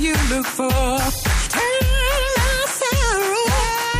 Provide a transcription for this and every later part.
before. Turn my sorrow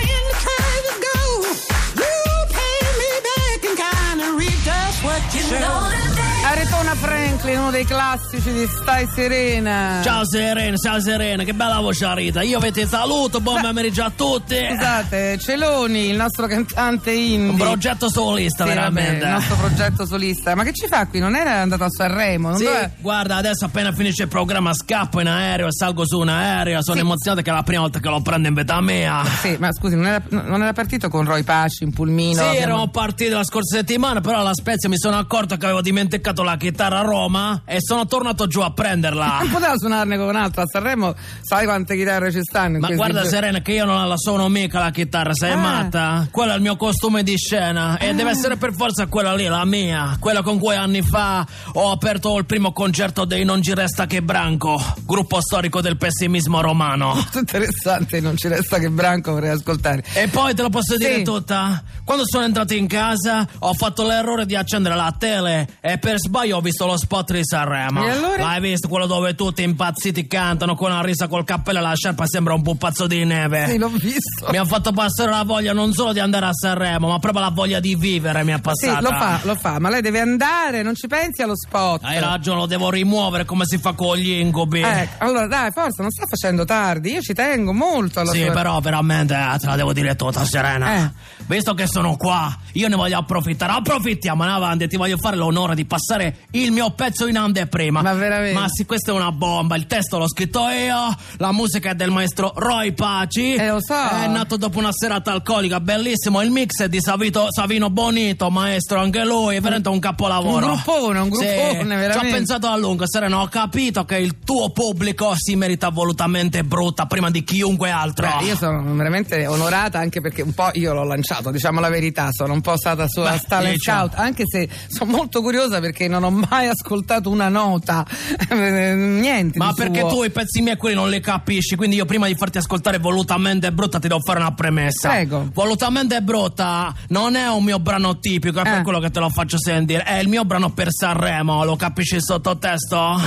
into kind of gold. You pay me back in kind and reap what you sow. Aretona Franklin, uno dei classici di Stai Serena. Ciao Serena, ciao Serena, che bella voce Rita. Io vi saluto, buon pomeriggio a tutti. Scusate, Celoni, il nostro cantante indie. Un progetto solista, Sì, veramente. vabbè, il nostro progetto solista. Ma che ci fa qui? Non era andato a Sanremo? Non Sì, doveva- guarda, adesso appena finisce il programma scappo in aereo e salgo su un aereo. Sono emozionato che è la prima volta che lo prendo in vita mia. Sì, ma scusi, non era, non era partito con Roy Paci in pulmino? sì, Abbiamo- eravamo partiti la scorsa settimana, però alla Spezia mi sono accorto che avevo dimenticato la chitarra a Roma e sono tornato giù a prenderla. Non poteva suonarne con un altro a Sanremo, sai quante chitarre ci stanno? in Ma questi guarda giorni? Serena che io non la suono mica la chitarra, sei Ah. matta? Quello è il mio costume di scena e deve essere per forza quella lì, la mia, quella con cui anni fa ho aperto il primo concerto dei Non ci resta che Branco, gruppo storico del pessimismo romano. Molto interessante, non ci resta che Branco vorrei ascoltare. E poi te lo posso dire Sì. tutta? Quando sono entrato in casa ho fatto l'errore di accendere la tele e per sbaglio ho visto lo spot di Sanremo. E allora? L'hai visto quello dove tutti impazziti cantano con la risa col cappello e la sciarpa sembra un pupazzo di neve. Sì, l'ho visto. Mi ha fatto passare Eh. la voglia non solo di andare a Sanremo, ma proprio la voglia di vivere mi ha Sì, passata. lo fa, lo fa, ma lei deve andare, non ci pensi allo spot. Hai ragione, lo devo rimuovere come si fa con gli incubi. Ecco, allora dai, forza, non sta facendo tardi, io ci tengo molto alla Sì, sua... però veramente eh, te la devo dire tutta serena. Eh. Visto che sono qua, io ne voglio approfittare. Approfittiamo in avanti, ti voglio fare l'onore di passare il mio pezzo in anteprima. Ma veramente? Ma sì, questa è una bomba. Il testo l'ho scritto io, la musica è del maestro Roy Paci. Eh, lo so. È nato dopo una serata alcolica, bellissimo. Il mix è di Savito- Savino Bonito, maestro, anche lui. È veramente un capolavoro. Un gruppone, un gruppone, Sì, Ci ho veramente. pensato a lungo, Serena. Ho capito che il tuo pubblico si merita volutamente brutta prima di chiunque altro. Beh, io sono veramente onorata anche perché un po' io l'ho lanciato, diciamo la verità, sono un po' stata sulla Beh, eh, certo. talent dici. scout, anche se sono molto curiosa perché non ho mai ascoltato una nota, niente. Ma di perché suo. tu i pezzi miei quelli non li capisci, quindi io prima di farti ascoltare volutamente brutta ti devo fare una premessa. Prego. Volutamente brutta non è un mio brano tipico, è per Eh. quello che te lo faccio sentire. È il mio brano per Sanremo, lo capisci il sottotesto?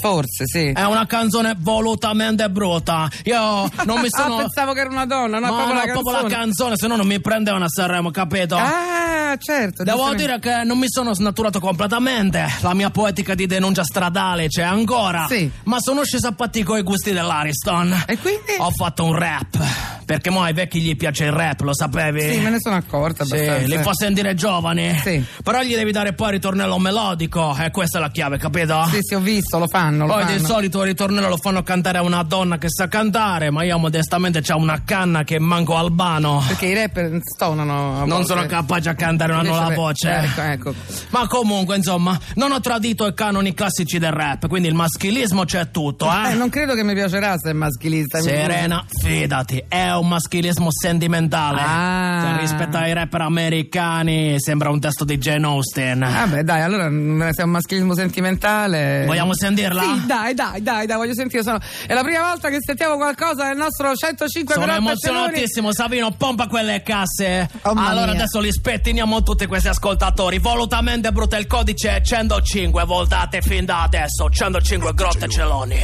Forse sì. È una canzone volutamente brutta. Io non mi sono Ah, pensavo che era una donna, no, Ma proprio, no, la proprio la canzone. canzone, se no non mi prendevano a Sanremo, capito? Ah, certo. Devo giustamente. dire che non mi sono snaturato completamente. La mia poetica di denuncia stradale c'è ancora. Sì. Ma sono sceso a patti coi gusti dell'Ariston. E quindi? Ho fatto un rap. Perché mo ai vecchi gli piace il rap, lo sapevi? Sì, me ne sono accorta eh. Sì, abbastanza. li fa sentire giovani. Sì. Però gli devi dare poi il ritornello melodico. E questa è la chiave, capito? Sì, sì, ho visto, lo fanno, lo Poi fanno. di solito il ritornello lo fanno cantare a una donna che sa cantare, ma io modestamente c'ho una canna che manco albano. Perché i rapper stonano a Non volte. sono capace a cantare, non hanno la Invece, voce. Ecco, ecco. Ma comunque, insomma, non ho tradito i canoni classici del rap, quindi il maschilismo c'è tutto, eh? Eh, non credo che mi piacerà se è maschilista. mi- Serena, fidati, è un maschilismo sentimentale. Ah. Cioè, rispetto ai rapper americani, sembra un testo di Jane Austen. Vabbè, dai, allora mm, se è un maschilismo sentimentale. Vogliamo sentirla? Sì, dai, dai, dai, dai, voglio sentire. Sono... È la prima volta che sentiamo qualcosa del nostro 105 Sono per otto emozionatissimo, Savino, pompa quelle casse. Oh, mamma allora mia. adesso li spettiniamo tutti questi ascoltatori. Volutamente brutta il codice è 105, voltate fin da adesso. 105 grotte celoni. Celoni.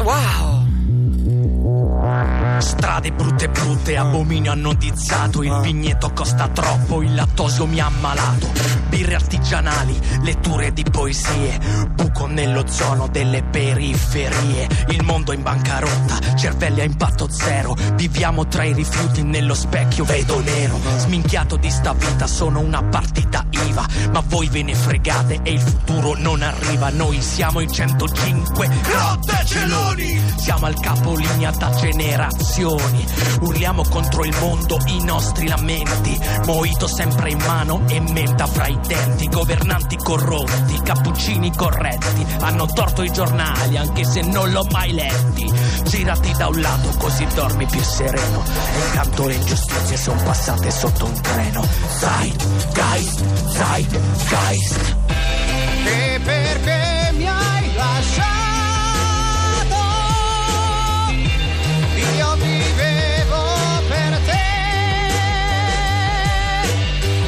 Wow! Strade brutte brutte, abominio annodizzato Ah. Il vigneto costa troppo, il lattosio mi ha ammalato Birre artigianali, letture di poesie Buco nell'ozono delle periferie Il mondo in bancarotta, cervelli a impatto zero Viviamo tra i rifiuti, nello specchio vedo nero Sminchiato di sta vita, sono una partita IVA Ma voi ve ne fregate e il futuro non arriva Noi siamo i 105 Rotte Celoni! Siamo al capolinea da generazioni. Urliamo contro il mondo i nostri lamenti. Moito sempre in mano e menta fra i denti. Governanti corrotti, cappuccini corretti. Hanno torto i giornali anche se non l'ho mai letti. Girati da un lato così dormi più sereno. E intanto le ingiustizie sono passate sotto un treno. Zeit, Geist, Zeit, Geist. E perché mi hai lasciato? Io vivevo per te.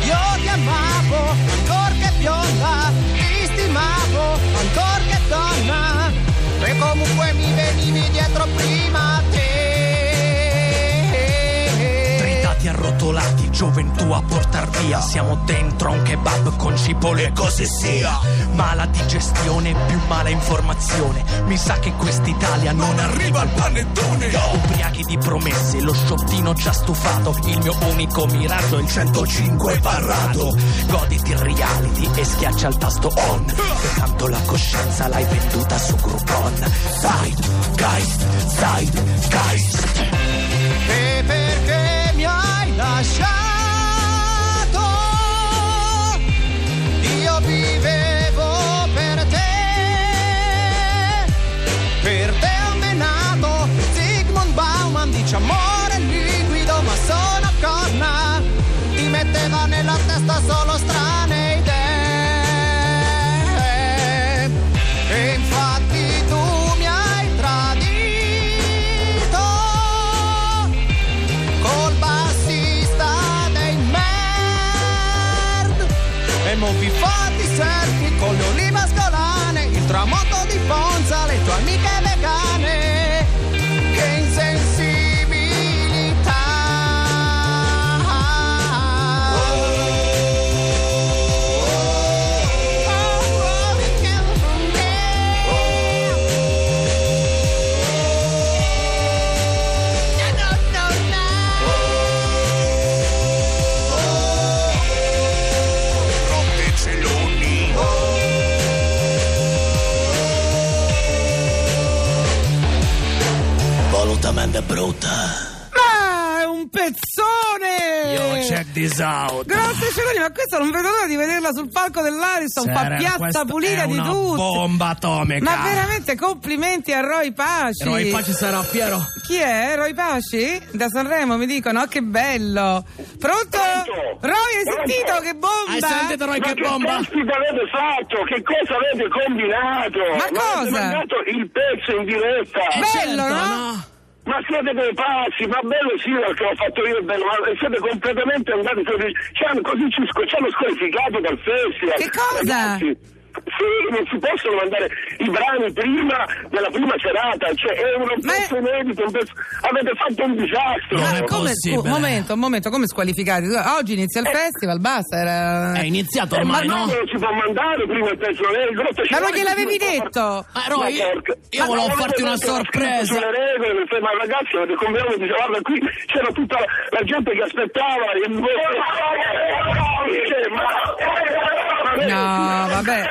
Io ti amavo, ancor che bionda, ti stimavo, ancor che donna. E comunque mi venivi dietro prima te. Tritati arrotolati, gioventù a portar via Siamo dentro a un kebab con cipolle e cose sia Mala digestione, più mala informazione Mi sa che quest'Italia non arriva al panettone Ubriachi di promesse, lo sciottino già stufato Il mio unico miraggio è il 105 barrato Goditi il reality e schiaccia il tasto on Che tanto la coscienza l'hai venduta su Groupon Side, guys, side, guys E perché mi hai lasciato? Io vivevo per te. Per te ho menato Sigmund Bauman dice amore liquido ma sono corna. Ti metteva nella testa solo strane idee. E infatti tu mi hai tradito col bassista dei Merd e mo vi fatti selfie con le olive ascolane il tramonto di Ponza le tue amiche vegane che insensibilità Volutamente brutta Ma è un pezzone! Io check this out. Grazie Ceroni, ma questa non vedo l'ora di vederla sul palco dell'Ariston, fa Sarah, piazza Cioè, questa pulita è di una tutti. Bomba atomica. Ma veramente complimenti a Roy Paci. Però in pace sarà Piero. Chi è? Roy Paci? Da Sanremo mi dicono, oh, che bello. Pronto? Pronto? Roy, hai Pronto? sentito che bomba? Hai sentito Roy Ma che che bomba? caspita avete fatto? Che cosa avete combinato? Ma avete cosa? mandato il pezzo in diretta. Eh, Bello, Certo, no? Ma siete dei pazzi, ma bello sì perché l'ho fatto io il bello, ma siete completamente andati fuori. Ci hanno, così ci, sco- ci hanno squalificato dal festival. Eh, Che cosa? Ragazzi, sì, non si possono mandare i brani prima della prima serata, cioè è un Ma pezzo è- inedito, un pezzo... avete fatto un disastro. Eh, Non è Ma come, possibile. un momento, un momento, come squalificati? Oggi inizia Eh. il festival, basta. Era... È iniziato ormai, ma no, no? non si può mandare prima il pezzo nero, il grotto ci Ma non vuole- gliel'avevi detto? Ah, Roy, Ma porca- io volevo ma farti una veramente l'ha scritto sorpresa. sulle regole, perché- ma ragazzi, avete combinato di guarda qui c'era tutta la, la gente che aspettava e voi- Cioè, ma- No, vabbè.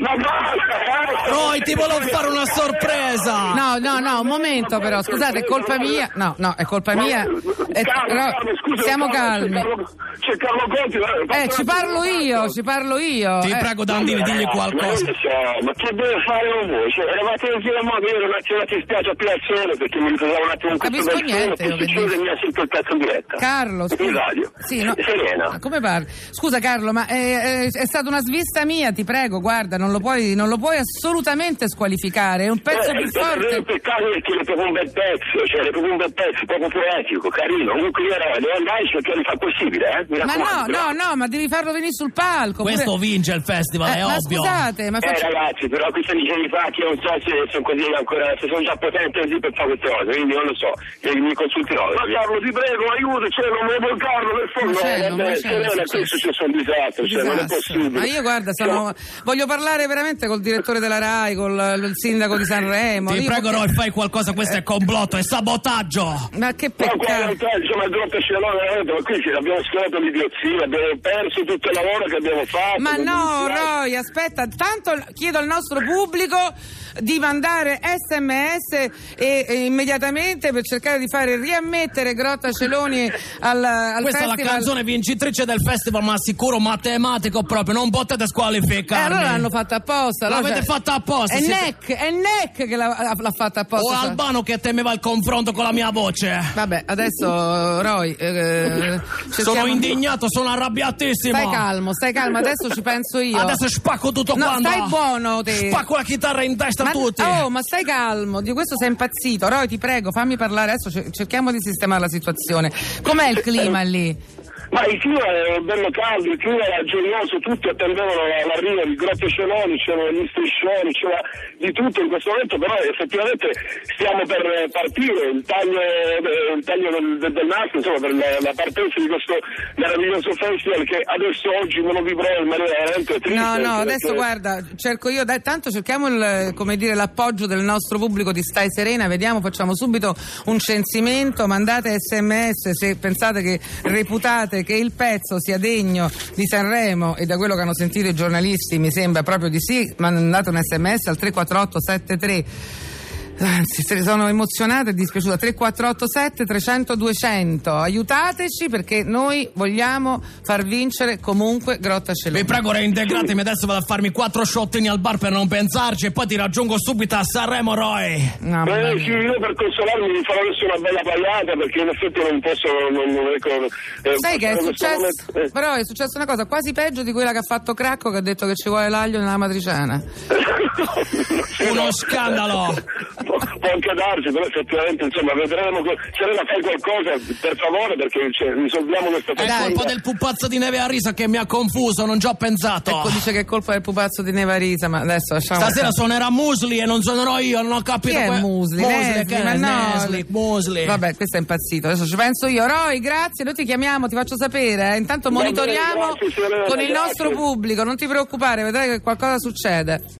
Ma basta, basta. Roy, ti volevo fare una sorpresa. No, eh, no, no, un momento però, scusate, è colpa mia. No, no, è colpa Ma- mia. Eh, Carlo, Ro- Carlo, scusa, siamo Carlo, calmi. C'è Carlo, c'è Carlo Conti, guarda, Eh, fatto ci una- parlo io, ci parlo io. Ti eh. prego, Dandi, digli Ma qualcosa. non so, ma che deve fare con voi? Cioè, eravate in giro a modo, io ero un attimo ti spiace a Piazzone perché mi ricordavo un attimo in questo Capisco niente, e lo vedi. succede e mi ha sentito il pezzo in diretta. Carlo, In scusa. radio. Sì, no. Ah, Ma Serena. come parli? Scusa Carlo, ma eh, eh, è stata una svista mia, ti prego, guarda, non lo puoi, non lo puoi assolutamente squalificare, è un pezzo Eh, più Il vero forte. peccato è che le proprio un bel pezzo, cioè le proprio un bel pezzo, proprio poetico, carino. Comunque io era, devo andarci perché non fa possibile, eh? Mi Ma no, raccomando. no, no, ma devi farlo venire sul palco. pure- Questo vince il festival, Eh, è ma ovvio. scusate, ma Eh faccio... ragazzi, però questa dicevi fa che io non so se sono così ancora, se sono già potente così per fare queste cose, quindi non lo so, eh, mi consulterò. Ma Carlo ti prego, aiuto, cioè non volevo Carlo per Marcello, favore. Vabbè, Marcello, Serena, è questo cioè, è successo un disastro, cioè non è Disastro. possibile. Esatto. Ma io guarda, sono- voglio parlare veramente col direttore della RAI, col il sindaco di Sanremo. Ti Io- prego, Roy, fai qualcosa, questo è complotto, è sabotaggio. Ma che No, qua in peccato. realtà insomma il gruppo ce l'ho veramente, ma eh, qui ci abbiamo scoperto l'idiozia, abbiamo perso tutto il lavoro che abbiamo fatto. Ma no, Quindi, Roy, aspetta, tanto l- chiedo al nostro pubblico di mandare sms e, e immediatamente per cercare di fare riammettere Grotta Celoni al, al Questa è la festival. canzone vincitrice del festival, ma sicuro matematico proprio, non potete Eh, squalificarmi. allora l'hanno fatta apposta. Cioè, L'avete fatta apposta, È siete- Neck, è Neck che l'ha, l'ha fatta O apposta. sa- Albano che temeva il confronto con la mia voce. Vabbè, adesso Roy, eh, sono cerchiamo- indignato, sono arrabbiatissimo. Stai calmo, stai calmo, adesso ci penso io. Adesso spacco tutto No, quanto. stai buono te. Spacco la chitarra in testa Ma- a tutti. Oh, ma stai calmo, di questo sei impazzito. Roy, ti prego, fammi parlare adesso, ce- cerchiamo di sistemare la situazione. Com'è il clima lì? Ma il clima era bello caldo, il clima era gioioso, tutti attendevano la- l'arrivo di Grotte Celoni, c'erano gli striscioni, c'era di tutto in questo momento, però effettivamente stiamo per eh, partire, il taglio, eh, il taglio del, del- del nastro, insomma, per la, la partenza di questo meraviglioso festival che adesso oggi me lo vivrò in maniera veramente triste. No, no, perché- adesso guarda, cerco io, dai, tanto cerchiamo il, come dire, l'appoggio del nostro pubblico di Stai Serena, vediamo, facciamo subito un censimento, mandate sms se pensate che reputate che il pezzo sia degno di Sanremo e da quello che hanno sentito i giornalisti mi sembra proprio di sì, mandate un sms al 348 73 Anzi, se ne sono emozionata e dispiaciuta. 3487 300 200. Aiutateci perché noi vogliamo far vincere comunque Grotta Celone. Vi prego reintegratemi, adesso vado a farmi quattro shottini al bar per non pensarci e poi ti raggiungo subito a Sanremo Roy. Mamma Eh, mia. sì, io per consolarmi mi farò adesso una bella pagliata perché in effetti non posso. Non, non, ecco, eh, Sai che è passare questo successo? momento- eh. Però è successa una cosa quasi peggio di quella che ha fatto Cracco che ha detto che ci vuole l'aglio nella matriciana. Uno scandalo. Può può anche darsi, però effettivamente insomma vedremo. co- Serena fai qualcosa, per favore, perché cioè, risolviamo questa È questione. colpa del pupazzo di neve a risa che mi ha confuso, non ci ho pensato. Ecco, dice che è colpa del pupazzo di Nevarisa, ma adesso lasciamo. Stasera suonerà Musli e non suonerò io, non ho Chi capito. è que- Musli? Leslie, che ma è? no. Nesli, Musli. Eh. Vabbè, questo è impazzito. Adesso ci penso io. Roy, grazie, noi ti chiamiamo, ti faccio sapere. eh. Intanto Va bene, monitoriamo grazie, Serena, con il grazie. nostro pubblico, non ti preoccupare, vedrai che qualcosa succede.